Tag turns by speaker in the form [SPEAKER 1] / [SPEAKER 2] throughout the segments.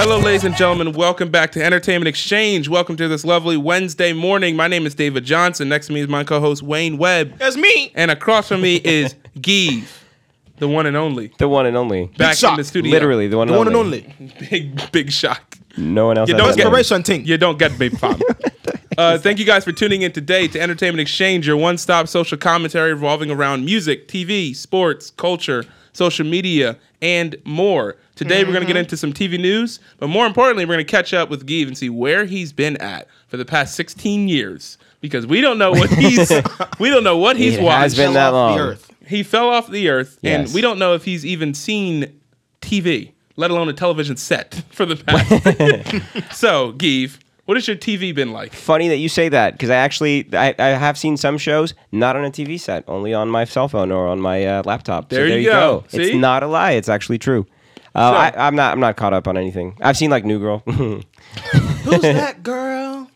[SPEAKER 1] Hello, ladies and gentlemen. Welcome back to Entertainment Exchange. Welcome to this lovely Wednesday morning. My name is David Johnson. Next to me is my co-host Wayne Webb,
[SPEAKER 2] That's me.
[SPEAKER 1] and across from me is Give, the one and only.
[SPEAKER 3] The one and only.
[SPEAKER 1] Back in
[SPEAKER 2] shock.
[SPEAKER 1] the studio,
[SPEAKER 3] Literally, the one,
[SPEAKER 2] The
[SPEAKER 3] and,
[SPEAKER 2] one and
[SPEAKER 3] only.
[SPEAKER 2] only.
[SPEAKER 1] big big shock.
[SPEAKER 3] No one else.
[SPEAKER 1] You
[SPEAKER 3] has
[SPEAKER 1] don't
[SPEAKER 3] that
[SPEAKER 1] get-
[SPEAKER 3] name.
[SPEAKER 2] Inspiration thing.
[SPEAKER 1] You don't get Big Pop. Uh, thank you guys for tuning in today to Entertainment Exchange, your one stop social commentary revolving around music, TV, sports, culture, social media, and more. Today, we're going to
[SPEAKER 3] Mm-hmm.
[SPEAKER 1] get into some TV news, but more importantly, we're going to catch up with Give and see where he's been at for the past 16 years because we don't know what he's we don't know what he's
[SPEAKER 3] It
[SPEAKER 1] watched.
[SPEAKER 3] has been that
[SPEAKER 2] off
[SPEAKER 3] long.
[SPEAKER 2] the earth.
[SPEAKER 1] he fell off the earth, and
[SPEAKER 3] Yes.
[SPEAKER 1] we don't know if he's even seen TV, let alone a television set for the past. so, Give, what has your TV been like?
[SPEAKER 3] Funny that you say that because I actually I, I have seen some shows not on a TV set, only on my cell phone or on my uh, laptop. So
[SPEAKER 1] There you go. See?
[SPEAKER 3] It's not a lie. It's actually true. Uh,
[SPEAKER 1] So-
[SPEAKER 3] I, I'm not. I'm not caught up on anything. I've seen like New Girl.
[SPEAKER 2] Who's that girl?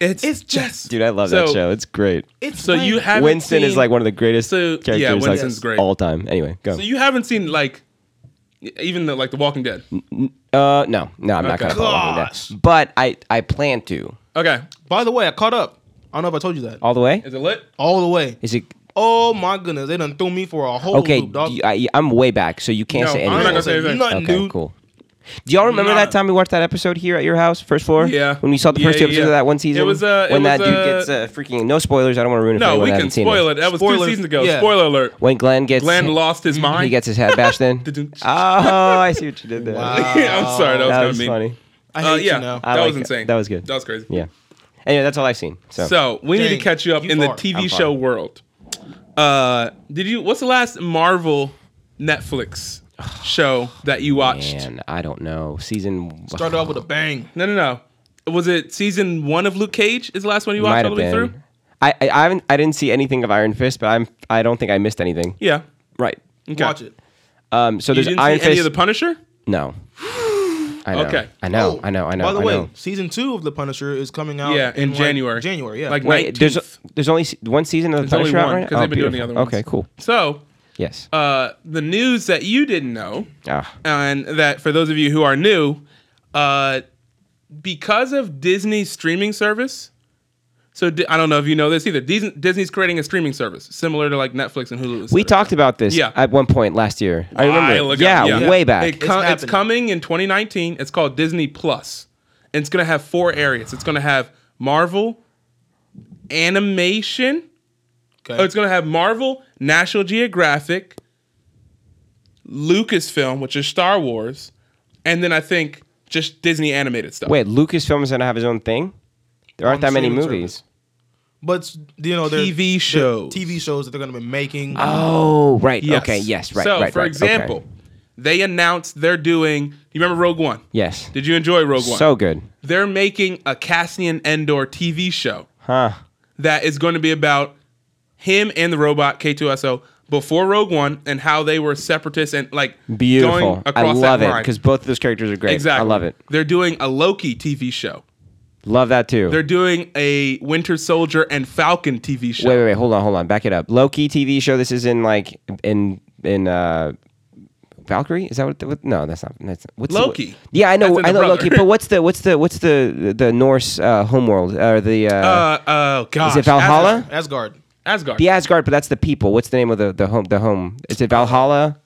[SPEAKER 1] It's,
[SPEAKER 2] It's just.
[SPEAKER 3] Dude, I love that
[SPEAKER 1] So-
[SPEAKER 3] show. It's great.
[SPEAKER 2] It's
[SPEAKER 1] So you
[SPEAKER 2] Wayne.
[SPEAKER 1] haven't
[SPEAKER 3] Winston is
[SPEAKER 1] seen-
[SPEAKER 3] like one of the greatest
[SPEAKER 1] So- yeah,
[SPEAKER 3] characters like,
[SPEAKER 1] Winston's great.
[SPEAKER 3] all time. Anyway, go.
[SPEAKER 1] So you haven't seen like even the like The Walking Dead.
[SPEAKER 3] uh, no, no, I'm not
[SPEAKER 1] Okay.
[SPEAKER 3] caught up on
[SPEAKER 2] Gosh.
[SPEAKER 3] that. But I I plan to
[SPEAKER 1] Okay,
[SPEAKER 2] By the way, I caught up. I don't know if I told you that.
[SPEAKER 3] all the way.
[SPEAKER 1] is it lit?
[SPEAKER 2] All the way.
[SPEAKER 3] Is it
[SPEAKER 2] Oh my goodness, they done threw me for a whole
[SPEAKER 3] Okay,
[SPEAKER 2] loop, dog.
[SPEAKER 3] d- I, am way back, so you can't
[SPEAKER 1] No,
[SPEAKER 3] say
[SPEAKER 1] I'm
[SPEAKER 3] anything.
[SPEAKER 1] not gonna say anything.
[SPEAKER 2] nothing,
[SPEAKER 3] okay,
[SPEAKER 2] dude.
[SPEAKER 3] cool. Do y'all remember
[SPEAKER 1] Nah.
[SPEAKER 3] that time we watched that episode here at your house, first floor?
[SPEAKER 1] Yeah.
[SPEAKER 3] When we saw the
[SPEAKER 1] Yeah,
[SPEAKER 3] first two
[SPEAKER 1] yeah,
[SPEAKER 3] episodes
[SPEAKER 1] yeah.
[SPEAKER 3] of that one season?
[SPEAKER 1] It was, uh, it
[SPEAKER 3] when that
[SPEAKER 1] was, uh,
[SPEAKER 3] dude gets uh, freaking. No spoilers, I don't want to ruin it for
[SPEAKER 1] No,
[SPEAKER 3] anyone
[SPEAKER 1] we
[SPEAKER 3] that
[SPEAKER 1] can
[SPEAKER 3] hasn't seen
[SPEAKER 1] spoil
[SPEAKER 3] it.
[SPEAKER 1] it. That was two
[SPEAKER 2] Spoilers.
[SPEAKER 1] seasons ago.
[SPEAKER 2] Yeah.
[SPEAKER 1] Spoiler alert.
[SPEAKER 3] When Glenn gets.
[SPEAKER 1] Glenn lost his mind.
[SPEAKER 3] He gets his head bashed in.
[SPEAKER 1] Didn't-
[SPEAKER 3] oh, I see what you did there.
[SPEAKER 2] Wow.
[SPEAKER 1] I'm sorry, that was
[SPEAKER 3] That
[SPEAKER 1] kind
[SPEAKER 3] was
[SPEAKER 1] of mean.
[SPEAKER 3] funny.
[SPEAKER 2] I hate
[SPEAKER 1] Uh, yeah,
[SPEAKER 2] you now.
[SPEAKER 3] I
[SPEAKER 1] that
[SPEAKER 3] like
[SPEAKER 1] was
[SPEAKER 3] it.
[SPEAKER 1] insane.
[SPEAKER 3] That was good.
[SPEAKER 1] That was crazy.
[SPEAKER 3] Yeah. Anyway, that's all I've seen. So,
[SPEAKER 1] So we need to
[SPEAKER 2] Dang,
[SPEAKER 1] catch you up
[SPEAKER 2] you
[SPEAKER 1] in
[SPEAKER 2] far.
[SPEAKER 1] the TV
[SPEAKER 3] I'm
[SPEAKER 1] show
[SPEAKER 3] far.
[SPEAKER 1] world. Uh, did you? What's the last Marvel Netflix show that you watched?
[SPEAKER 3] man, I don't know. Season.
[SPEAKER 2] Started off with a bang.
[SPEAKER 1] No, no, no. Was it season one of Luke Cage? Is the last one you watched
[SPEAKER 3] might
[SPEAKER 1] all
[SPEAKER 3] have
[SPEAKER 1] the way
[SPEAKER 3] been.
[SPEAKER 1] through?
[SPEAKER 3] I, I, I haven't. I didn't see anything of Iron Fist, but I'm. I don't think I missed anything.
[SPEAKER 1] Yeah.
[SPEAKER 3] Right.
[SPEAKER 1] Okay.
[SPEAKER 2] Watch it.
[SPEAKER 3] Um. So
[SPEAKER 1] You
[SPEAKER 3] there's
[SPEAKER 1] didn't
[SPEAKER 3] Iron
[SPEAKER 1] see any
[SPEAKER 3] Fist.
[SPEAKER 1] of the Punisher?
[SPEAKER 3] no. I know.
[SPEAKER 1] Okay.
[SPEAKER 3] I know.
[SPEAKER 2] Oh,
[SPEAKER 3] I know. I know.
[SPEAKER 2] By the
[SPEAKER 3] I
[SPEAKER 2] way,
[SPEAKER 3] know.
[SPEAKER 2] season two of The Punisher is coming out.
[SPEAKER 1] Yeah, in
[SPEAKER 2] like,
[SPEAKER 1] January.
[SPEAKER 2] January, yeah.
[SPEAKER 1] Like
[SPEAKER 3] Wait. There's
[SPEAKER 1] 19th.
[SPEAKER 3] there's only se- one season of the
[SPEAKER 1] There's only
[SPEAKER 3] Punisher out
[SPEAKER 1] one,
[SPEAKER 3] right
[SPEAKER 1] 'cause
[SPEAKER 3] now. Oh,
[SPEAKER 1] they've been doing the
[SPEAKER 3] beautiful.
[SPEAKER 1] other ones.
[SPEAKER 3] Okay. Cool.
[SPEAKER 1] So,
[SPEAKER 3] Yes.
[SPEAKER 1] uh, the news that you didn't know,
[SPEAKER 3] Ah.
[SPEAKER 1] and that for those of you who are new, uh, because of Disney's streaming service, so Di- I don't know if you know this either. Dis- Disney's creating a streaming service similar to like Netflix and Hulu.
[SPEAKER 3] we talked about this
[SPEAKER 1] Yeah.
[SPEAKER 3] at one point last year. I
[SPEAKER 1] While
[SPEAKER 3] remember.
[SPEAKER 1] ago,
[SPEAKER 3] Yeah,
[SPEAKER 1] yeah.
[SPEAKER 3] Way back.
[SPEAKER 1] It com- it's,
[SPEAKER 2] It's happening.
[SPEAKER 1] coming in 2019. It's called Disney Plus. And it's going to have four areas. It's going to have Marvel, animation.
[SPEAKER 2] Okay.
[SPEAKER 1] Oh, it's going to have Marvel, National Geographic, Lucasfilm, which is Star Wars, and then I think just Disney animated stuff.
[SPEAKER 3] Wait. Lucasfilm is gonna have his own thing. There aren't
[SPEAKER 2] On
[SPEAKER 3] that many
[SPEAKER 2] streaming
[SPEAKER 3] movies.
[SPEAKER 2] but you know, there's
[SPEAKER 1] TV
[SPEAKER 2] there's
[SPEAKER 1] shows.
[SPEAKER 2] TV shows that they're gonna be making.
[SPEAKER 3] Oh. Right.
[SPEAKER 1] Yes.
[SPEAKER 3] Okay. Yes. Right.
[SPEAKER 1] So,
[SPEAKER 3] right,
[SPEAKER 1] for
[SPEAKER 3] right, okay.
[SPEAKER 1] example, they announced they're doing. You remember Rogue One?
[SPEAKER 3] Yes.
[SPEAKER 1] Did you enjoy Rogue One?
[SPEAKER 3] So good.
[SPEAKER 1] they're making a Cassian Endor TV show
[SPEAKER 3] Huh.
[SPEAKER 1] that is going to be about him and the robot K2SO before Rogue One and how they were separatists and like
[SPEAKER 3] Beautiful. I love it
[SPEAKER 1] line.
[SPEAKER 3] because both of those characters are great.
[SPEAKER 1] exactly,
[SPEAKER 3] I love it.
[SPEAKER 1] They're doing a Loki TV show.
[SPEAKER 3] Love that too.
[SPEAKER 1] They're doing a Winter Soldier and Falcon TV show.
[SPEAKER 3] Wait, wait, wait. Hold on, hold on. Back it up. Loki TV show. This is in like in in uh Valkyrie. Is that what? what no, that's not. That's not- what's the-
[SPEAKER 1] Loki.
[SPEAKER 3] yeah, I
[SPEAKER 1] That's
[SPEAKER 3] know.
[SPEAKER 1] in
[SPEAKER 3] I
[SPEAKER 1] the
[SPEAKER 3] know
[SPEAKER 1] brother.
[SPEAKER 3] Loki. But what's the what's the what's the the Norse uh, homeworld or the uh,
[SPEAKER 1] uh, oh gosh,
[SPEAKER 3] it Valhalla?
[SPEAKER 1] Asgard.
[SPEAKER 2] Asgard.
[SPEAKER 1] Asgard.
[SPEAKER 3] the Asgard? But that's the people. What's the name of the the home? The home. Is it Valhalla?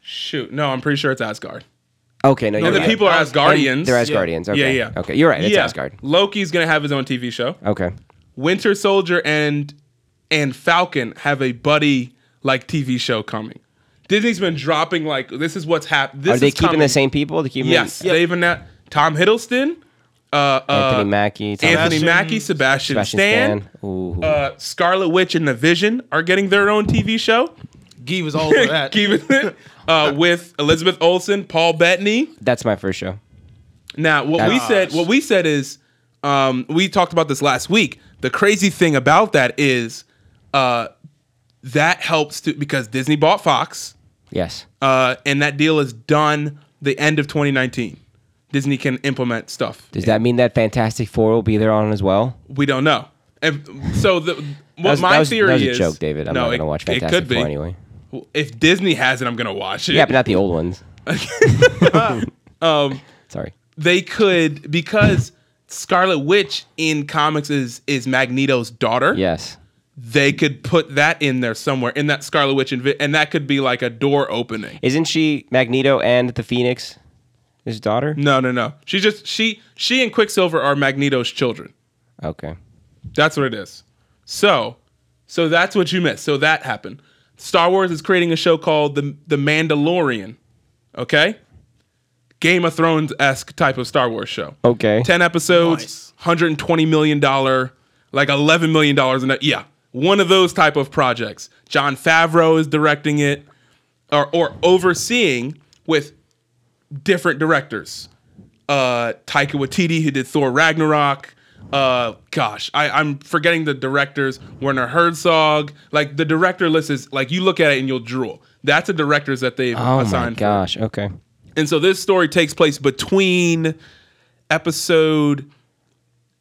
[SPEAKER 1] Shoot, no, I'm pretty sure it's Asgard.
[SPEAKER 3] Okay, no,
[SPEAKER 1] And
[SPEAKER 3] you're
[SPEAKER 1] the
[SPEAKER 3] right.
[SPEAKER 1] people are Asgardians.
[SPEAKER 3] They're Asgardians.
[SPEAKER 1] Yeah,
[SPEAKER 3] Okay.
[SPEAKER 1] yeah.
[SPEAKER 3] Okay, you're right. It's
[SPEAKER 1] yeah.
[SPEAKER 3] Asgard.
[SPEAKER 1] Loki's gonna have his own TV show.
[SPEAKER 3] Okay.
[SPEAKER 1] Winter Soldier and and Falcon have a buddy like TV show coming. Disney's been dropping like this is what's happening.
[SPEAKER 3] Are they keeping the same people? They keep
[SPEAKER 1] Yes, they've been that Tom Hiddleston, uh, uh,
[SPEAKER 3] Anthony Mackie, Tom
[SPEAKER 1] Anthony
[SPEAKER 2] Sebastian-
[SPEAKER 1] Mackie, Sebastian,
[SPEAKER 3] Sebastian
[SPEAKER 1] Stan,
[SPEAKER 3] Stan. Ooh.
[SPEAKER 1] Uh, Scarlet Witch, and the Vision are getting their own TV show.
[SPEAKER 2] Give is all over that.
[SPEAKER 1] Keep it- uh, with Elizabeth Olsen, Paul Bettany.
[SPEAKER 3] that's my first show.
[SPEAKER 1] Now, what we
[SPEAKER 3] That's-
[SPEAKER 1] said, what we said is, um, we talked about this last week. The crazy thing about that is, uh, that helps to because Disney bought Fox,
[SPEAKER 3] Yes.
[SPEAKER 1] uh, and that deal is done the end of 2019. Disney can implement stuff.
[SPEAKER 3] Does that mean that Fantastic Four will be there on as well?
[SPEAKER 1] We don't know. And so the what
[SPEAKER 3] That was,
[SPEAKER 1] my
[SPEAKER 3] that was,
[SPEAKER 1] theory
[SPEAKER 3] that was a
[SPEAKER 1] is
[SPEAKER 3] joke, David. I'm
[SPEAKER 1] no,
[SPEAKER 3] not
[SPEAKER 1] it-
[SPEAKER 3] gonna watch
[SPEAKER 1] it
[SPEAKER 3] Fantastic
[SPEAKER 1] could be.
[SPEAKER 3] Four anyway.
[SPEAKER 1] If Disney has it, I'm gonna watch it.
[SPEAKER 3] Yeah, but not the old ones. um, Sorry.
[SPEAKER 1] they could because Scarlet Witch in comics is is Magneto's daughter.
[SPEAKER 3] Yes.
[SPEAKER 1] They could put that in there somewhere in that Scarlet Witch, invi- and that could be like a door opening.
[SPEAKER 3] Isn't she Magneto and the Phoenix? His daughter?
[SPEAKER 1] No, no, no. She just she she and Quicksilver are Magneto's children.
[SPEAKER 3] Okay.
[SPEAKER 1] That's what it is. So, so that's what you missed. So that happened. Star Wars is creating a show called the the Mandalorian. Okay. Game of Thrones esque type of Star Wars show.
[SPEAKER 3] Okay.
[SPEAKER 1] Ten episodes,
[SPEAKER 2] Nice.
[SPEAKER 1] hundred and twenty million dollar, like eleven million dollars in that. Yeah, one of those type of projects. John Favreau is directing it, or or overseeing with different directors. Uh, Taika Waititi, who did Thor Ragnarok. Uh, gosh, I, I'm forgetting the directors. Werner Herzog. Like the director list is like you look at it and you'll drool. That's the directors that they've
[SPEAKER 3] Oh my
[SPEAKER 1] assigned. for it.
[SPEAKER 3] gosh. Okay.
[SPEAKER 1] And so this story takes place between episode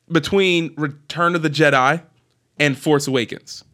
[SPEAKER 1] between Return of the Jedi and Force Awakens.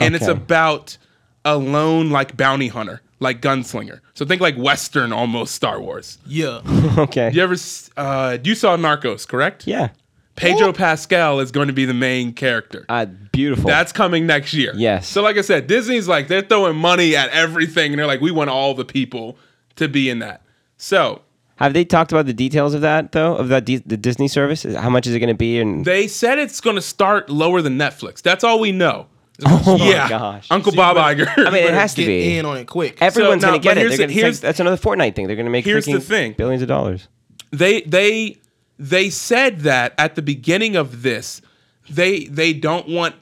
[SPEAKER 1] And it's
[SPEAKER 3] Okay.
[SPEAKER 1] about a lone like bounty hunter, like gunslinger. So think like western almost Star Wars.
[SPEAKER 2] Yeah.
[SPEAKER 3] Okay.
[SPEAKER 1] You ever s- uh you saw Narcos, correct?
[SPEAKER 3] Yeah.
[SPEAKER 1] Pedro Pascal is going to be the main character.
[SPEAKER 3] Uh, beautiful.
[SPEAKER 1] That's coming next year.
[SPEAKER 3] Yes.
[SPEAKER 1] So like I said, Disney's like they're throwing money at everything and they're like we want all the people to be in that. So,
[SPEAKER 3] Have they talked about the details of that though? Of that D- the Disney service? How much is it going to be? And
[SPEAKER 1] They said it's going to start lower than Netflix. That's all we know.
[SPEAKER 3] oh
[SPEAKER 1] yeah,
[SPEAKER 3] my gosh.
[SPEAKER 1] Uncle Bob Iger.
[SPEAKER 3] I mean, it has to
[SPEAKER 2] Get
[SPEAKER 3] be.
[SPEAKER 2] in on it quick.
[SPEAKER 3] Everyone's
[SPEAKER 1] So, no,
[SPEAKER 3] going to get
[SPEAKER 1] but
[SPEAKER 3] it.
[SPEAKER 1] here's
[SPEAKER 3] They're
[SPEAKER 1] the-
[SPEAKER 3] gonna, it's
[SPEAKER 1] here's-
[SPEAKER 3] like- that's another Fortnite thing. They're going to make
[SPEAKER 1] Here's the
[SPEAKER 3] freaking
[SPEAKER 1] thing.
[SPEAKER 3] billions of dollars.
[SPEAKER 1] they they they said that at the beginning of this, they they don't want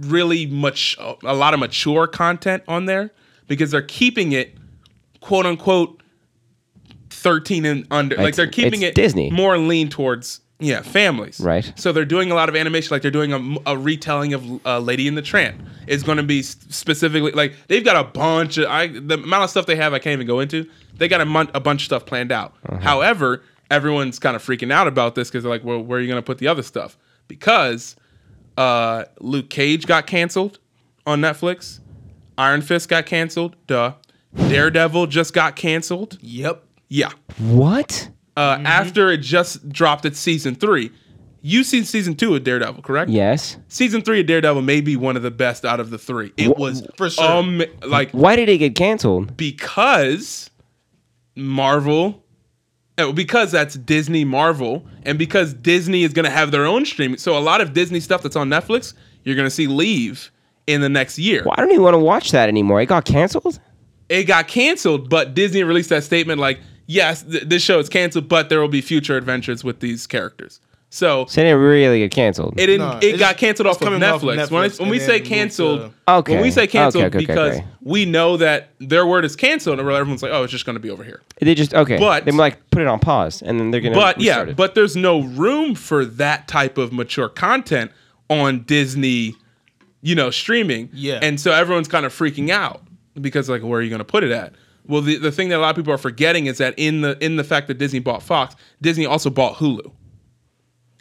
[SPEAKER 1] really much a lot of mature content on there because they're keeping it quote unquote 13 and under like
[SPEAKER 3] It's-
[SPEAKER 1] they're keeping
[SPEAKER 3] it's
[SPEAKER 1] it
[SPEAKER 3] Disney.
[SPEAKER 1] more lean towards yeah families
[SPEAKER 3] Right.
[SPEAKER 1] so they're doing a lot of animation like they're doing a, a retelling of uh, lady in the tramp it's going to be s- specifically like they've got a bunch of I, the amount of stuff they have i can't even go into they got a, mon- a bunch of stuff planned out however everyone's kind of freaking out about this because they're like well where are you going to put the other stuff because uh, Luke Cage got canceled on Netflix. Iron Fist got canceled. Duh. Daredevil just got canceled.
[SPEAKER 2] Yep.
[SPEAKER 1] Yeah.
[SPEAKER 3] What?
[SPEAKER 1] Uh, After it just dropped its season three. You've seen season two of Daredevil, correct?
[SPEAKER 3] Yes.
[SPEAKER 1] Season three of Daredevil may be one of the best out of the three. It was
[SPEAKER 2] For sure.
[SPEAKER 1] Um, like
[SPEAKER 3] Why did it get canceled?
[SPEAKER 1] because Marvel, no, because that's Disney Marvel, and because Disney is going to have their own streaming. So a lot of Disney stuff that's on Netflix, you're going to see leave in the next year.
[SPEAKER 3] Well, I don't even want to watch that anymore. It got canceled.
[SPEAKER 1] It got canceled, but Disney released that statement like, yes, th- this show is canceled, but there will be future adventures with these characters. So.
[SPEAKER 3] So it didn't really get canceled.
[SPEAKER 1] It, didn't,
[SPEAKER 2] No,
[SPEAKER 1] it
[SPEAKER 2] it's
[SPEAKER 1] got canceled
[SPEAKER 2] just
[SPEAKER 1] off of
[SPEAKER 2] coming off
[SPEAKER 1] Netflix. When,
[SPEAKER 2] Netflix
[SPEAKER 1] it's, when we
[SPEAKER 2] and
[SPEAKER 1] say
[SPEAKER 2] then uh, moved
[SPEAKER 1] canceled,
[SPEAKER 2] to-
[SPEAKER 3] Okay.
[SPEAKER 1] when we say
[SPEAKER 3] Okay,
[SPEAKER 1] canceled
[SPEAKER 3] okay, okay,
[SPEAKER 1] because
[SPEAKER 3] okay.
[SPEAKER 1] we know that their word is canceled, and everyone's like, oh, it's just going to be over here.
[SPEAKER 3] they just okay.
[SPEAKER 1] but-
[SPEAKER 3] they like put it on pause, and then they're gonna.
[SPEAKER 1] but yeah,
[SPEAKER 3] restart it.
[SPEAKER 1] but there's no room for that type of mature content on Disney, you know, streaming.
[SPEAKER 2] Yeah.
[SPEAKER 1] And so everyone's kind of freaking out because like, where are you going to put it at? Well, the, the thing that a lot of people are forgetting is that in the in the fact that Disney bought Fox, Disney also bought Hulu.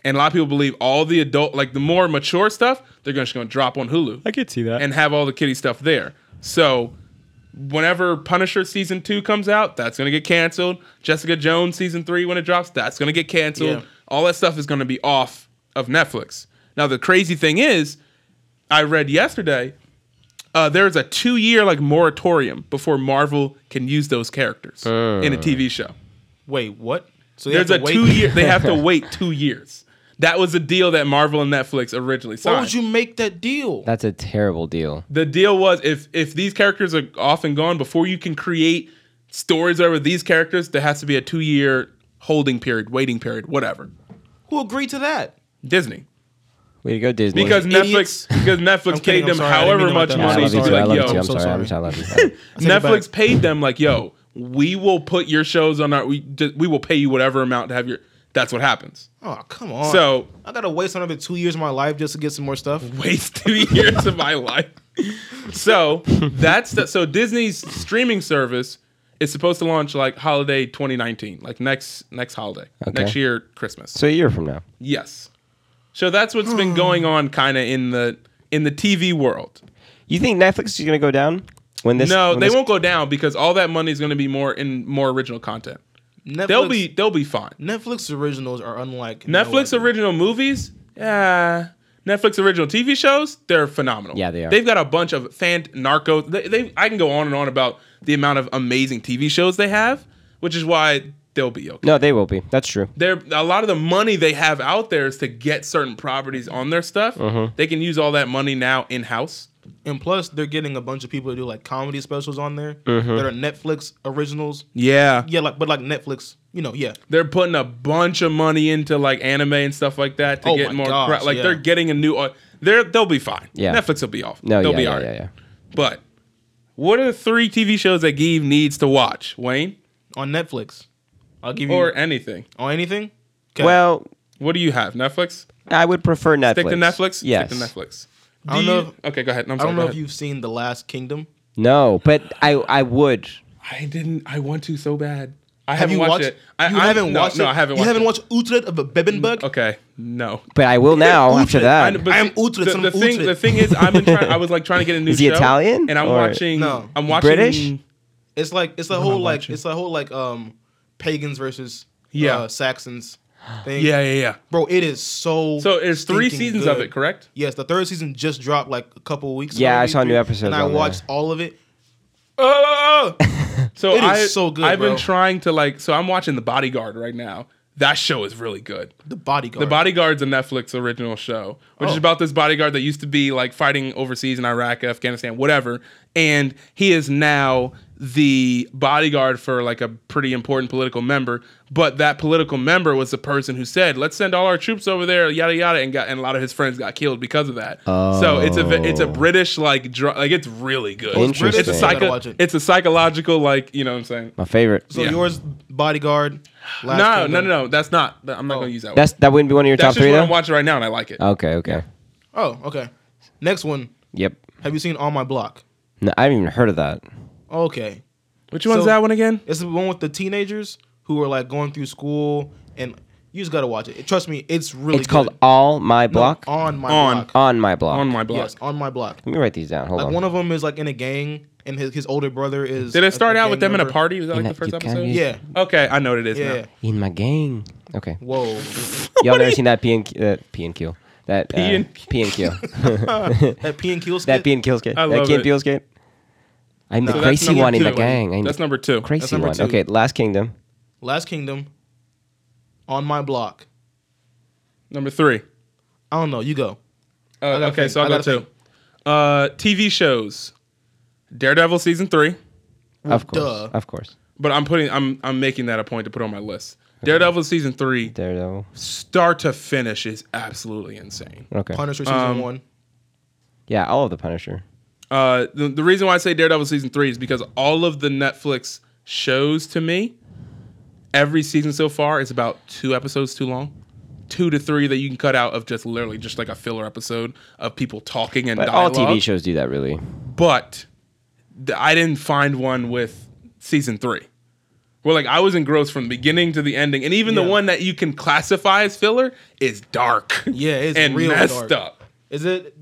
[SPEAKER 1] And a lot of people believe all the adult, like the more mature stuff, they're just going to drop on Hulu
[SPEAKER 4] I could see that.
[SPEAKER 1] and have all the kitty stuff there. So whenever Punisher season two comes out, that's gonna get canceled. Jessica Jones season three when it drops, that's gonna get canceled.
[SPEAKER 2] Yeah.
[SPEAKER 1] All that stuff is gonna be off of Netflix. Now the crazy thing is, I read yesterday, uh, there's a two year like moratorium before Marvel can use those characters in a TV show.
[SPEAKER 2] Wait, what? So Uh. they
[SPEAKER 1] There's a
[SPEAKER 2] have to wait-
[SPEAKER 1] two year they have to wait two years. That was the deal that Marvel and Netflix originally signed.
[SPEAKER 2] Why would you make that deal?
[SPEAKER 3] that's a terrible deal.
[SPEAKER 1] the deal was if if these characters are off and gone before you can create stories over these characters there has to be a two year holding period waiting period whatever
[SPEAKER 2] Who agreed to that?
[SPEAKER 1] disney
[SPEAKER 3] Way to go, Disney.
[SPEAKER 1] because
[SPEAKER 2] Idiots.
[SPEAKER 1] netflix because netflix
[SPEAKER 2] I'm
[SPEAKER 1] paid
[SPEAKER 2] kidding, I'm
[SPEAKER 1] them
[SPEAKER 2] sorry, I
[SPEAKER 1] however
[SPEAKER 2] didn't mean to
[SPEAKER 1] much
[SPEAKER 2] let that
[SPEAKER 3] I
[SPEAKER 1] money
[SPEAKER 3] love you
[SPEAKER 1] to
[SPEAKER 3] too.
[SPEAKER 1] be
[SPEAKER 3] I
[SPEAKER 1] like
[SPEAKER 3] love you too.
[SPEAKER 1] yo
[SPEAKER 3] I'm
[SPEAKER 2] so
[SPEAKER 3] sorry. I'm
[SPEAKER 2] sorry.
[SPEAKER 3] sorry. I love you.
[SPEAKER 2] take it
[SPEAKER 1] netflix
[SPEAKER 2] back.
[SPEAKER 1] paid them like yo we will put your shows on our we just, we will pay you whatever amount to have your that's what happens
[SPEAKER 2] Oh, come on.
[SPEAKER 1] So-
[SPEAKER 2] I gotta waste another two years of my life just to get some more stuff.
[SPEAKER 1] waste two years of my life. So that's the, so Disney's streaming service is supposed to launch like holiday 2019, like next next holiday, next year Christmas.
[SPEAKER 3] so a year from now.
[SPEAKER 1] yes. So that's what's been going on, kind of in the in the TV world.
[SPEAKER 3] You think Netflix is going to go down when this?
[SPEAKER 1] No,
[SPEAKER 3] when
[SPEAKER 1] they
[SPEAKER 3] this-
[SPEAKER 1] won't go down because all that money is going to be more in more original content.
[SPEAKER 2] Netflix,
[SPEAKER 1] They'll be they'll be fine.
[SPEAKER 2] Netflix originals are unlike
[SPEAKER 1] Netflix
[SPEAKER 2] no other.
[SPEAKER 1] original movies, yeah. Netflix original TV shows, they're phenomenal.
[SPEAKER 3] Yeah, they are.
[SPEAKER 1] They've got a bunch of fan narco. They, they, I can go on and on about the amount of amazing TV shows they have, which is why they'll be okay.
[SPEAKER 3] No, they will be. That's true.
[SPEAKER 1] They're, a lot of the money they have out there is to get certain properties on their stuff.
[SPEAKER 3] Uh-huh.
[SPEAKER 1] They can use all that money now in house.
[SPEAKER 2] and plus they're getting a bunch of people to do like comedy specials on there
[SPEAKER 1] Mm-hmm.
[SPEAKER 2] that are Netflix originals.
[SPEAKER 1] Yeah.
[SPEAKER 2] Yeah, like but like Netflix, you know, yeah.
[SPEAKER 1] They're putting a bunch of money into like anime and stuff like that to
[SPEAKER 2] Oh
[SPEAKER 1] get
[SPEAKER 2] my
[SPEAKER 1] more.
[SPEAKER 2] gosh,
[SPEAKER 1] cra- like
[SPEAKER 2] yeah.
[SPEAKER 1] they're getting a new. au- They're they'll be fine.
[SPEAKER 3] Yeah.
[SPEAKER 1] Netflix will be off.
[SPEAKER 3] No,
[SPEAKER 1] they'll
[SPEAKER 3] yeah,
[SPEAKER 1] be
[SPEAKER 3] yeah,
[SPEAKER 1] all right.
[SPEAKER 3] yeah, yeah.
[SPEAKER 1] But what are the three TV shows that Give needs to watch, Wayne,
[SPEAKER 2] On Netflix. I'll give you
[SPEAKER 1] or anything?
[SPEAKER 2] on anything? 'Kay.
[SPEAKER 3] Well,
[SPEAKER 1] What do you have? Netflix.
[SPEAKER 3] I would prefer Netflix.
[SPEAKER 1] Stick to Netflix.
[SPEAKER 3] Yes.
[SPEAKER 1] Stick to Netflix.
[SPEAKER 2] I don't
[SPEAKER 1] Do
[SPEAKER 2] know
[SPEAKER 1] you-
[SPEAKER 2] if-
[SPEAKER 1] okay, go ahead. I'm
[SPEAKER 2] I
[SPEAKER 1] sorry,
[SPEAKER 2] don't
[SPEAKER 1] go
[SPEAKER 2] know if
[SPEAKER 1] ahead.
[SPEAKER 2] you've seen The Last Kingdom.
[SPEAKER 3] No, but I I would.
[SPEAKER 1] I didn't. I want to so bad. I
[SPEAKER 2] Have
[SPEAKER 1] haven't
[SPEAKER 2] you
[SPEAKER 1] watched,
[SPEAKER 2] watched
[SPEAKER 1] it. I,
[SPEAKER 2] you
[SPEAKER 1] I-
[SPEAKER 2] haven't
[SPEAKER 1] no,
[SPEAKER 2] watched
[SPEAKER 1] No,
[SPEAKER 2] it?
[SPEAKER 1] I haven't.
[SPEAKER 2] You
[SPEAKER 1] watched
[SPEAKER 2] haven't
[SPEAKER 1] it. Mm,
[SPEAKER 2] watched Utrecht of a Bebenberg?
[SPEAKER 1] Okay, no.
[SPEAKER 3] But I will now after
[SPEAKER 2] Utrecht.
[SPEAKER 3] that.
[SPEAKER 1] know, but
[SPEAKER 2] I am
[SPEAKER 1] see,
[SPEAKER 2] Utrecht,
[SPEAKER 1] The,
[SPEAKER 2] son
[SPEAKER 1] the
[SPEAKER 2] of
[SPEAKER 1] thing, the
[SPEAKER 2] Utrecht.
[SPEAKER 1] thing is, I've been trying. I was like trying to get a new.
[SPEAKER 3] Is he
[SPEAKER 1] show,
[SPEAKER 3] Italian,
[SPEAKER 1] And I'm
[SPEAKER 3] or-
[SPEAKER 1] watching.
[SPEAKER 2] No.
[SPEAKER 1] I'm watching.
[SPEAKER 3] British?
[SPEAKER 2] It's like it's a whole
[SPEAKER 1] I
[SPEAKER 2] like
[SPEAKER 1] watching?
[SPEAKER 2] it's a whole like um pagans versus
[SPEAKER 1] Yeah.
[SPEAKER 2] uh, Saxons thing.
[SPEAKER 1] Yeah, yeah, yeah.
[SPEAKER 2] Bro, it is so
[SPEAKER 1] So there's three
[SPEAKER 2] stinking
[SPEAKER 1] seasons of
[SPEAKER 2] good.
[SPEAKER 1] it, correct?
[SPEAKER 2] Yes, the third season just dropped like a couple weeks ago.
[SPEAKER 3] Yeah, I
[SPEAKER 2] maybe
[SPEAKER 3] saw new
[SPEAKER 2] three,
[SPEAKER 3] episodes
[SPEAKER 2] And I
[SPEAKER 3] on there.
[SPEAKER 2] watched all of it.
[SPEAKER 1] Oh, so
[SPEAKER 2] It is
[SPEAKER 1] I,
[SPEAKER 2] so good,
[SPEAKER 1] I've been
[SPEAKER 2] bro.
[SPEAKER 1] trying to like. So I'm watching The Bodyguard right now. That show is really good.
[SPEAKER 2] The bodyguard.
[SPEAKER 1] The Bodyguard's a Netflix original show, which is
[SPEAKER 2] Oh.
[SPEAKER 1] about this bodyguard that used to be like fighting overseas in Iraq, Afghanistan, whatever, and he is now the bodyguard for like a pretty important political member. But that political member was the person who said, "Let's send all our troops over there," yada yada, and got and a lot of his friends got killed because of that. So it's a ve- it's a
[SPEAKER 3] Oh.
[SPEAKER 1] British like dr- like it's really good.
[SPEAKER 3] It's British,
[SPEAKER 1] It's a
[SPEAKER 3] so you
[SPEAKER 2] gotta
[SPEAKER 1] psycho.
[SPEAKER 2] watch it.
[SPEAKER 1] It's a psychological like you know what I'm saying.
[SPEAKER 3] My favorite.
[SPEAKER 2] So
[SPEAKER 1] yeah.
[SPEAKER 2] yours, bodyguard. Last
[SPEAKER 1] No,
[SPEAKER 2] Kingdom.
[SPEAKER 1] no, no, no. That's not. I'm not
[SPEAKER 2] Oh.
[SPEAKER 1] gonna use that.
[SPEAKER 3] That's that wouldn't be one of your
[SPEAKER 1] That's
[SPEAKER 3] top
[SPEAKER 1] just
[SPEAKER 3] three
[SPEAKER 1] what
[SPEAKER 3] though.
[SPEAKER 1] I'm watching right now, and I like it.
[SPEAKER 3] okay, okay.
[SPEAKER 2] Oh, okay. Next one.
[SPEAKER 3] Yep.
[SPEAKER 2] Have you seen On My Block?
[SPEAKER 3] No, I haven't even heard of that.
[SPEAKER 2] Okay.
[SPEAKER 1] Which one's
[SPEAKER 2] So-
[SPEAKER 1] that one again?
[SPEAKER 2] It's the one with the teenagers who are like going through school, and you just gotta watch it. Trust me, it's really.
[SPEAKER 3] it's
[SPEAKER 2] good.
[SPEAKER 3] called All My
[SPEAKER 2] No,
[SPEAKER 3] Block.
[SPEAKER 2] on my
[SPEAKER 1] On.
[SPEAKER 2] block.
[SPEAKER 3] on my block.
[SPEAKER 1] On my block.
[SPEAKER 2] Yes, on my block.
[SPEAKER 3] Let me write these down. Hold
[SPEAKER 2] Like
[SPEAKER 3] on.
[SPEAKER 2] one of them is like in a gang, and his, his older brother is.
[SPEAKER 1] Did
[SPEAKER 2] a-
[SPEAKER 1] it start
[SPEAKER 2] a
[SPEAKER 1] out with
[SPEAKER 2] gang
[SPEAKER 1] them in a
[SPEAKER 2] member.
[SPEAKER 1] party? Was that
[SPEAKER 3] In
[SPEAKER 1] like the
[SPEAKER 3] that
[SPEAKER 1] first
[SPEAKER 3] you
[SPEAKER 1] episode?
[SPEAKER 3] can-
[SPEAKER 2] Yeah.
[SPEAKER 1] Okay, I know what it is.
[SPEAKER 2] Yeah.
[SPEAKER 1] Now.
[SPEAKER 3] In my gang. Okay.
[SPEAKER 2] Whoa.
[SPEAKER 3] Y'all never seen that P and Q, that P and Q. That
[SPEAKER 1] P
[SPEAKER 3] uh,
[SPEAKER 1] and-
[SPEAKER 3] P and Q.
[SPEAKER 2] that P and Kill.
[SPEAKER 3] That P and Q skit.
[SPEAKER 1] I
[SPEAKER 3] That
[SPEAKER 1] love
[SPEAKER 3] Key and
[SPEAKER 1] it.
[SPEAKER 3] Peele skit. I'm the
[SPEAKER 1] So that's
[SPEAKER 3] crazy
[SPEAKER 1] number
[SPEAKER 3] one in the
[SPEAKER 1] two.
[SPEAKER 3] gang. I'm
[SPEAKER 1] That's
[SPEAKER 3] the
[SPEAKER 1] number two.
[SPEAKER 3] crazy
[SPEAKER 2] number
[SPEAKER 3] one.
[SPEAKER 2] two.
[SPEAKER 3] Okay, Last Kingdom.
[SPEAKER 2] Last Kingdom. On my block.
[SPEAKER 1] Number three.
[SPEAKER 2] I don't know. You go.
[SPEAKER 1] Uh,
[SPEAKER 2] gotta
[SPEAKER 1] okay,
[SPEAKER 2] think.
[SPEAKER 1] so I
[SPEAKER 2] I
[SPEAKER 1] got
[SPEAKER 2] gotta
[SPEAKER 1] two. Uh, TV shows. Daredevil season three,
[SPEAKER 3] Of course.
[SPEAKER 2] duh.
[SPEAKER 3] Of course.
[SPEAKER 1] but I'm putting I'm I'm making that a point to put on my list. Daredevil season three,
[SPEAKER 3] Daredevil.
[SPEAKER 1] start to finish, is absolutely insane.
[SPEAKER 3] Okay.
[SPEAKER 2] Punisher season
[SPEAKER 1] Um,
[SPEAKER 2] one.
[SPEAKER 3] Yeah, all of the Punisher.
[SPEAKER 1] Uh, the, the reason why I say Daredevil season three is because all of the Netflix shows to me, every season so far is about two episodes too long. Two to three that you can cut out of just literally just like a filler episode of people talking and
[SPEAKER 3] But all
[SPEAKER 1] dialogue.
[SPEAKER 3] TV shows do that, really.
[SPEAKER 1] But th- I didn't find one with season three. Where like I was engrossed from the beginning to the ending, and even the
[SPEAKER 2] Yeah.
[SPEAKER 1] one that you can classify as filler is dark.
[SPEAKER 2] Yeah, it's
[SPEAKER 1] and
[SPEAKER 2] real
[SPEAKER 1] messed
[SPEAKER 2] dark.
[SPEAKER 1] up.
[SPEAKER 2] Is it?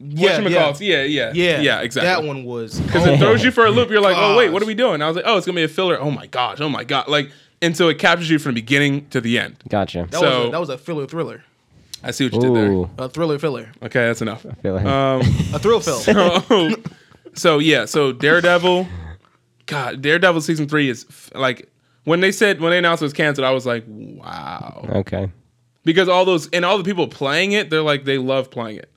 [SPEAKER 1] Yeah, yeah, yeah, yeah,
[SPEAKER 2] Yeah.
[SPEAKER 1] yeah, exactly.
[SPEAKER 2] That one was.
[SPEAKER 1] Because it throws you for a loop. You're like, oh, wait, what are
[SPEAKER 2] gosh.
[SPEAKER 1] we doing? I was like, oh, it's going to be a filler. Oh, my gosh. Oh, my God. Like, and so it captures you from the beginning to the end.
[SPEAKER 3] Gotcha.
[SPEAKER 2] That, was
[SPEAKER 1] so-
[SPEAKER 2] a, that was a filler thriller.
[SPEAKER 1] I see what you did
[SPEAKER 3] Ooh.
[SPEAKER 2] A thriller filler.
[SPEAKER 1] there. Okay, that's enough.
[SPEAKER 3] feel like-
[SPEAKER 1] Um,
[SPEAKER 2] A thrill fill.
[SPEAKER 1] so, so, yeah, so Daredevil. God, Daredevil season three is f- like, when they said, when they announced it was canceled, I was like, wow.
[SPEAKER 3] Okay.
[SPEAKER 1] Because all those, and all the people playing it, they're like, they love playing it.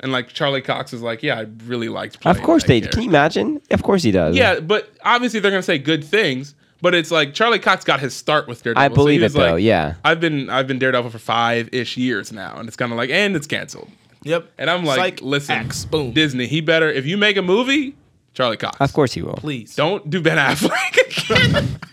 [SPEAKER 1] And like Charlie Cox is like, yeah, I really liked playing
[SPEAKER 3] Of course
[SPEAKER 1] that
[SPEAKER 3] they.
[SPEAKER 1] character."
[SPEAKER 3] Can you imagine? Of course he does.
[SPEAKER 1] Yeah, but obviously they're gonna say good things. But it's like Charlie Cox got his start with Daredevil.
[SPEAKER 3] I
[SPEAKER 1] So he
[SPEAKER 3] believe it
[SPEAKER 1] was
[SPEAKER 3] though.
[SPEAKER 1] like,
[SPEAKER 3] yeah.
[SPEAKER 1] I've been I've been Daredevil for five ish years now, and it's kind of like, and it's canceled.
[SPEAKER 2] yep.
[SPEAKER 1] And I'm like,
[SPEAKER 2] Psych,
[SPEAKER 1] listen,
[SPEAKER 2] axe, boom.
[SPEAKER 1] Disney, he better if you make a movie, Charlie Cox.
[SPEAKER 3] Of course he will.
[SPEAKER 2] Please.
[SPEAKER 1] Don't do Ben Affleck.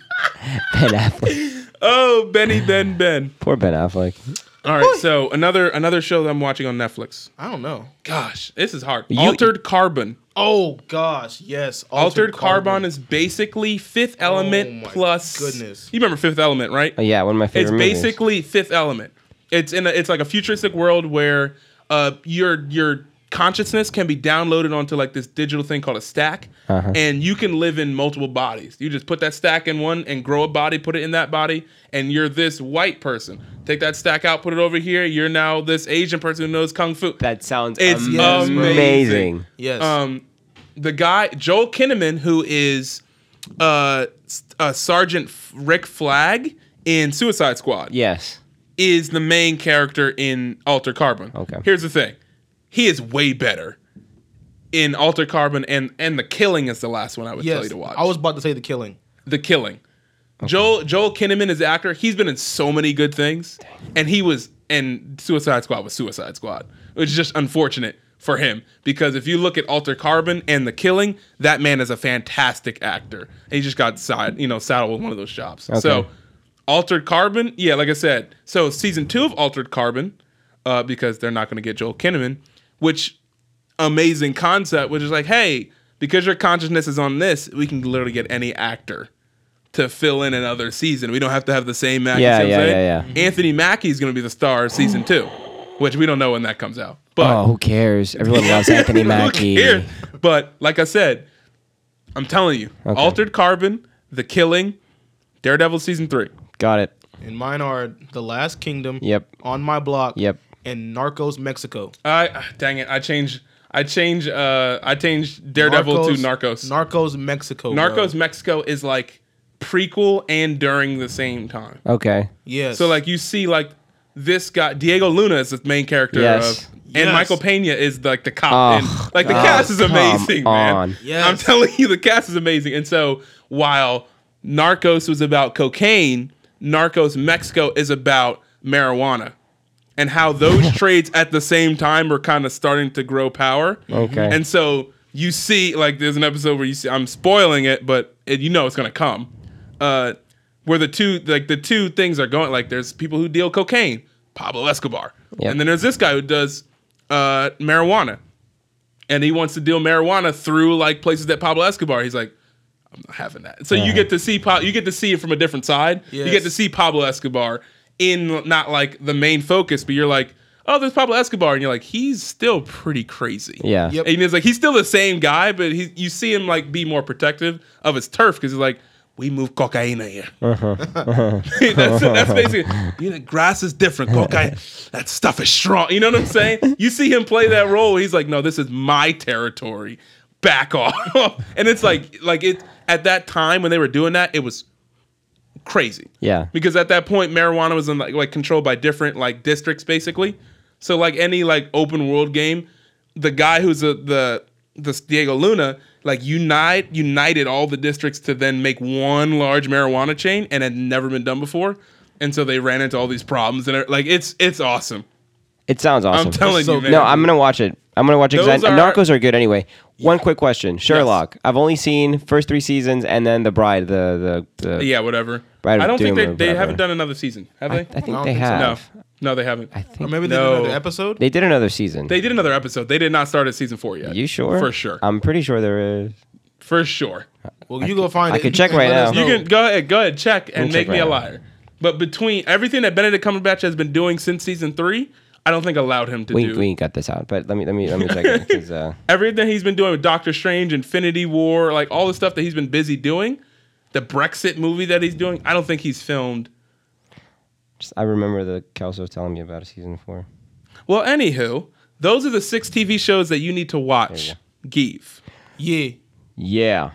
[SPEAKER 3] Ben Affleck.
[SPEAKER 1] oh, Benny, Ben, Ben.
[SPEAKER 3] Poor Ben Affleck.
[SPEAKER 1] All right, so another another show that I'm watching on Netflix.
[SPEAKER 2] I don't know.
[SPEAKER 1] Gosh, this is hard.
[SPEAKER 3] You-
[SPEAKER 1] Altered Carbon.
[SPEAKER 2] Oh gosh, yes.
[SPEAKER 1] Altered, Carbon. is basically Fifth Element
[SPEAKER 2] Oh my
[SPEAKER 1] plus.
[SPEAKER 2] goodness.
[SPEAKER 1] you remember Fifth Element, right?
[SPEAKER 3] Oh, yeah, one of my
[SPEAKER 1] It's
[SPEAKER 3] favorite movies.
[SPEAKER 1] basically Fifth Element. It's in a, it's like a futuristic world where uh, your your consciousness can be downloaded onto like this digital thing called a stack, and you can live in multiple bodies. You just put that stack in one and grow a body, put it in that body, and you're this white person. Take that stack out, put it over here. You're now this Asian person who knows kung fu.
[SPEAKER 3] That sounds
[SPEAKER 1] It's
[SPEAKER 3] amazing.
[SPEAKER 1] amazing.
[SPEAKER 2] Yes.
[SPEAKER 1] Um, the guy Joel Kinnaman, who is uh, S- uh, Sergeant F- Rick Flag in Suicide Squad,
[SPEAKER 3] Yes.
[SPEAKER 1] is the main character in Alter Carbon.
[SPEAKER 3] Okay.
[SPEAKER 1] Here's the thing, he is way better in Alter Carbon, and and The Killing is the last one I would tell you
[SPEAKER 2] yes.
[SPEAKER 1] to watch.
[SPEAKER 2] I was about to say the killing.
[SPEAKER 1] The Killing. Joel Joel Kinnaman is the actor. He's been in so many good things, and he was and Suicide Squad was Suicide Squad, which is just unfortunate for him because if you look at Alter Carbon and The Killing, that man is a fantastic actor. And he just got side you know saddled with one of those jobs. So Altered Carbon, yeah, like I said. So season two of Altered Carbon, uh, because they're not going to get Joel Kinnaman, which amazing concept, which is like, hey, because your consciousness is on this, we can literally get any actor to fill in another season. We don't have to have the same actor.
[SPEAKER 3] Yeah,
[SPEAKER 1] see what I'm
[SPEAKER 3] yeah,
[SPEAKER 1] saying?
[SPEAKER 3] yeah,
[SPEAKER 1] Anthony Mackie is going to be the star of season two, which we don't know when that comes out. But
[SPEAKER 3] Oh, who cares? Everyone loves Anthony Mackie.
[SPEAKER 1] who cares? But like I said, I'm telling you, Altered Carbon, The Killing, Daredevil season three.
[SPEAKER 3] Got it.
[SPEAKER 2] And mine are The Last Kingdom.
[SPEAKER 3] Yep.
[SPEAKER 2] On my block.
[SPEAKER 3] Yep.
[SPEAKER 2] And Narcos Mexico.
[SPEAKER 1] I ah, dang it, I changed. I changed. Uh, I changed Daredevil to Narcos.
[SPEAKER 2] Narcos Mexico. bro.
[SPEAKER 1] Narcos Mexico is like prequel and during the same time.
[SPEAKER 3] Okay.
[SPEAKER 2] Yes.
[SPEAKER 1] So like you see like this guy Diego Luna is the main character
[SPEAKER 3] Yes.
[SPEAKER 1] of and
[SPEAKER 2] Yes.
[SPEAKER 1] Michael Pena is like the cop.
[SPEAKER 3] Oh,
[SPEAKER 1] and, like the
[SPEAKER 3] God,
[SPEAKER 1] cast is
[SPEAKER 3] come
[SPEAKER 1] amazing, man.
[SPEAKER 3] on.
[SPEAKER 2] Yes.
[SPEAKER 1] I'm telling you, the cast is amazing. And so while Narcos was about cocaine, Narcos Mexico is about marijuana. And how those trades at the same time were kind of starting to grow power.
[SPEAKER 3] Okay.
[SPEAKER 1] And so you see, like, there's an episode where you see, I'm spoiling it, but it, you know it's gonna come. Uh, where the two, like, the two things are going, like, there's people who deal cocaine, Pablo Escobar,
[SPEAKER 3] Yep.
[SPEAKER 1] and then there's this guy who does uh, marijuana, and he wants to deal marijuana through like places that Pablo Escobar. He's like, I'm not having that. So you get to see, pa- you get to see it from a different side. You get
[SPEAKER 2] Yes.
[SPEAKER 1] to see Pablo Escobar in not like the main focus, but you're like. Oh, there's Pablo Escobar, and you're like, he's still pretty crazy.
[SPEAKER 3] Yeah.
[SPEAKER 2] Yep.
[SPEAKER 1] And it's like he's still the same guy, but he, you see him like be more protective of his turf because he's like, we move cocaine here. that's, that's basically, you know, grass is different. Cocaine, that stuff is strong. You know what I'm saying? You see him play that role. He's like, no, this is my territory. Back off. and it's like, like it at that time when they were doing that, it was crazy.
[SPEAKER 3] Yeah.
[SPEAKER 1] Because at that point, marijuana was in, like, like controlled by different like districts, basically. So like any like open world game, the guy who's a, the the Diego Luna like unite united all the districts to then make one large marijuana chain and had never been done before, and so they ran into all these problems and it- like it's it's awesome.
[SPEAKER 3] It sounds awesome.
[SPEAKER 1] I'm telling
[SPEAKER 2] so
[SPEAKER 1] you, man.
[SPEAKER 3] No, I'm gonna watch it. I'm gonna watch it because
[SPEAKER 1] Those are-
[SPEAKER 3] Narcos are good anyway. One quick question, Sherlock. I've only seen first three seasons and then The Bride. The the, the
[SPEAKER 1] yeah, whatever.
[SPEAKER 3] Bride of
[SPEAKER 1] I don't
[SPEAKER 3] Doom
[SPEAKER 1] think
[SPEAKER 3] or
[SPEAKER 1] they, they
[SPEAKER 3] whatever.
[SPEAKER 1] haven't done another season, have
[SPEAKER 3] I,
[SPEAKER 1] they?
[SPEAKER 3] I think
[SPEAKER 2] don't
[SPEAKER 3] they
[SPEAKER 2] think so.
[SPEAKER 3] have.
[SPEAKER 1] no, no, they haven't.
[SPEAKER 3] I think
[SPEAKER 2] Or maybe they
[SPEAKER 1] No.
[SPEAKER 2] did another episode.
[SPEAKER 3] they did another season.
[SPEAKER 1] They did another episode. They did not start at season four yet.
[SPEAKER 3] you sure? Uh,
[SPEAKER 1] For sure.
[SPEAKER 3] I'm pretty sure there is.
[SPEAKER 1] for sure.
[SPEAKER 2] well, you go find
[SPEAKER 3] I
[SPEAKER 2] it.
[SPEAKER 3] could check
[SPEAKER 2] and
[SPEAKER 3] right
[SPEAKER 2] let us
[SPEAKER 3] now.
[SPEAKER 1] You
[SPEAKER 2] know.
[SPEAKER 1] can go ahead, go ahead, check and
[SPEAKER 3] We'll
[SPEAKER 1] make
[SPEAKER 3] check
[SPEAKER 1] me
[SPEAKER 3] right
[SPEAKER 1] a
[SPEAKER 3] now.
[SPEAKER 1] liar. But between everything that Benedict Cumberbatch has been doing since season three, I don't think allowed him to
[SPEAKER 3] We,
[SPEAKER 1] do
[SPEAKER 3] we ain't got this out, but let me let me let me check it. 'cause, Uh,
[SPEAKER 1] everything he's been doing with Doctor Strange, Infinity War, like all the stuff that he's been busy doing. The Brexit movie that he's doing, I don't think he's filmed.
[SPEAKER 3] just- I remember the Kelso telling me about season four.
[SPEAKER 1] Well, anywho, those are the six TV shows that you need to watch. Give.
[SPEAKER 2] Yeah.
[SPEAKER 3] Yeah.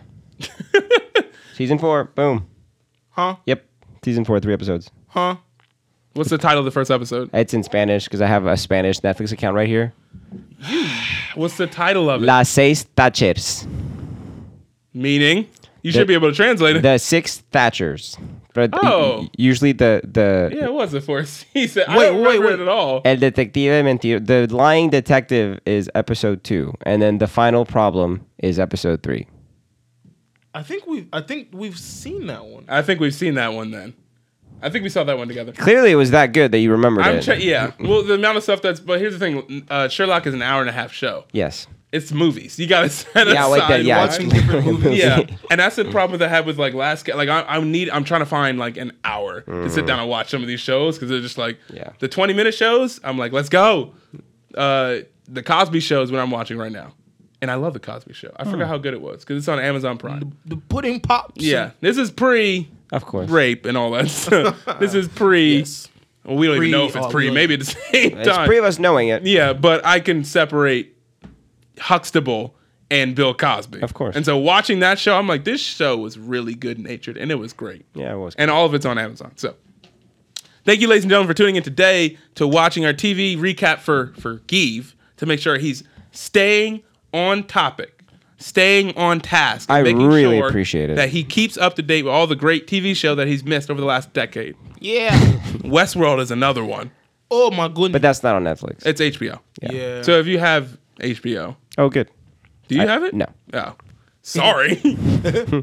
[SPEAKER 3] season four. Boom.
[SPEAKER 2] Huh?
[SPEAKER 3] Yep. Season four, three episodes.
[SPEAKER 2] Huh?
[SPEAKER 1] What's the title of the first episode?
[SPEAKER 3] It's in Spanish because I have a Spanish Netflix account right here.
[SPEAKER 1] What's the title of it?
[SPEAKER 3] Las seis Thatchers.
[SPEAKER 1] Meaning, you should be able to translate it.
[SPEAKER 3] The six Thatchers. But y-
[SPEAKER 1] Oh.
[SPEAKER 3] y- usually the the
[SPEAKER 1] yeah, it was the fourth season. I
[SPEAKER 2] Wait,
[SPEAKER 1] don't
[SPEAKER 2] wait,
[SPEAKER 1] remember
[SPEAKER 2] wait.
[SPEAKER 1] it at all.
[SPEAKER 3] El Detective Mentiro, the lying detective is episode two, and then the final problem is episode three.
[SPEAKER 2] I think we. I think we've seen that one.
[SPEAKER 1] I think we've seen that one then. I think we saw that one together.
[SPEAKER 3] Clearly, it was that good that you remembered
[SPEAKER 1] I'm
[SPEAKER 3] it.
[SPEAKER 1] che- yeah. Well, the amount of stuff that's but here's the thing. Uh, Sherlock is an hour and a half show.
[SPEAKER 3] Yes.
[SPEAKER 1] It's movies. You gotta set
[SPEAKER 3] Yeah,
[SPEAKER 1] aside.
[SPEAKER 3] like that. Yeah,
[SPEAKER 1] watch-
[SPEAKER 3] it's completely movie.
[SPEAKER 1] yeah. And that's the problem that I had with like last. Ca- Like I, I need. I'm trying to find like an hour to
[SPEAKER 3] Mm-hmm.
[SPEAKER 1] sit down and watch some of these shows because they're just like
[SPEAKER 3] Yeah.
[SPEAKER 1] the 20 minute shows. I'm like, let's go. Uh, The Cosby Show is what I'm watching right now, and I love the Cosby Show. I
[SPEAKER 3] Mm.
[SPEAKER 1] forgot how good it was because it's on Amazon Prime.
[SPEAKER 2] The pudding pops.
[SPEAKER 1] Yeah, this is pre
[SPEAKER 3] Of course.
[SPEAKER 1] rape and all that. stuff. this is pre. Well, we don't
[SPEAKER 2] Pre-
[SPEAKER 1] even know if
[SPEAKER 2] oh,
[SPEAKER 1] it's pre.
[SPEAKER 2] we-
[SPEAKER 1] Maybe at the same
[SPEAKER 3] It's
[SPEAKER 1] time.
[SPEAKER 3] three of us knowing it.
[SPEAKER 1] Yeah, but I can separate Huxtable and Bill Cosby.
[SPEAKER 3] Of course.
[SPEAKER 1] And so watching that show, I'm like, this show was really good natured and it was great.
[SPEAKER 3] Yeah, it was.
[SPEAKER 1] And all of it's on Amazon. So thank you, ladies and gentlemen, for tuning in today to watching our TV recap for for Give to make sure he's staying on topic, staying on task. and
[SPEAKER 3] I
[SPEAKER 1] making
[SPEAKER 3] really appreciate it.
[SPEAKER 1] That he keeps up to date with all the great TV show that he's missed over the last decade.
[SPEAKER 2] Yeah.
[SPEAKER 1] Westworld is another one.
[SPEAKER 2] oh my
[SPEAKER 3] But
[SPEAKER 2] goodness.
[SPEAKER 3] that's not on Netflix.
[SPEAKER 1] It's HBO.
[SPEAKER 2] yeah.
[SPEAKER 1] So if you have HBO,
[SPEAKER 3] oh, good.
[SPEAKER 1] Do you have it?
[SPEAKER 3] no.
[SPEAKER 1] Oh. Sorry.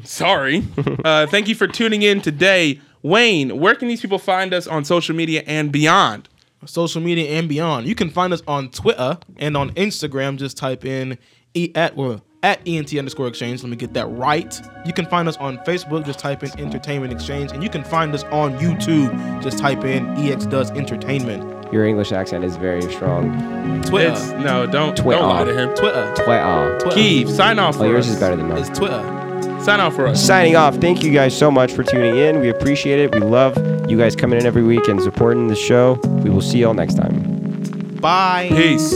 [SPEAKER 1] Sorry. Uh, thank you for tuning in today. Wayne, where can these people find us on social media and beyond?
[SPEAKER 2] social media and beyond. You can find us on Twitter and on Instagram. Just type in e at or at ENT underscore exchange. Let me get that right. You can find us on Facebook. Just type in Entertainment Exchange. And you can find us on YouTube. Just type in EX Does Entertainment.
[SPEAKER 3] Your English accent is very strong.
[SPEAKER 2] Twitter.
[SPEAKER 1] It's no, don't
[SPEAKER 3] Twitter.
[SPEAKER 1] don't lie to him.
[SPEAKER 2] Twitter.
[SPEAKER 3] Wow.
[SPEAKER 2] Twitter.
[SPEAKER 1] Keeve, sign off for
[SPEAKER 3] Well, yours
[SPEAKER 1] us.
[SPEAKER 3] is better than mine.
[SPEAKER 2] It's Twitter.
[SPEAKER 1] Sign off for us.
[SPEAKER 3] Signing off. Thank you guys so much for tuning in. We appreciate it. We love you guys coming in every week and supporting the show. We will see y'all next time.
[SPEAKER 2] Bye.
[SPEAKER 1] Peace.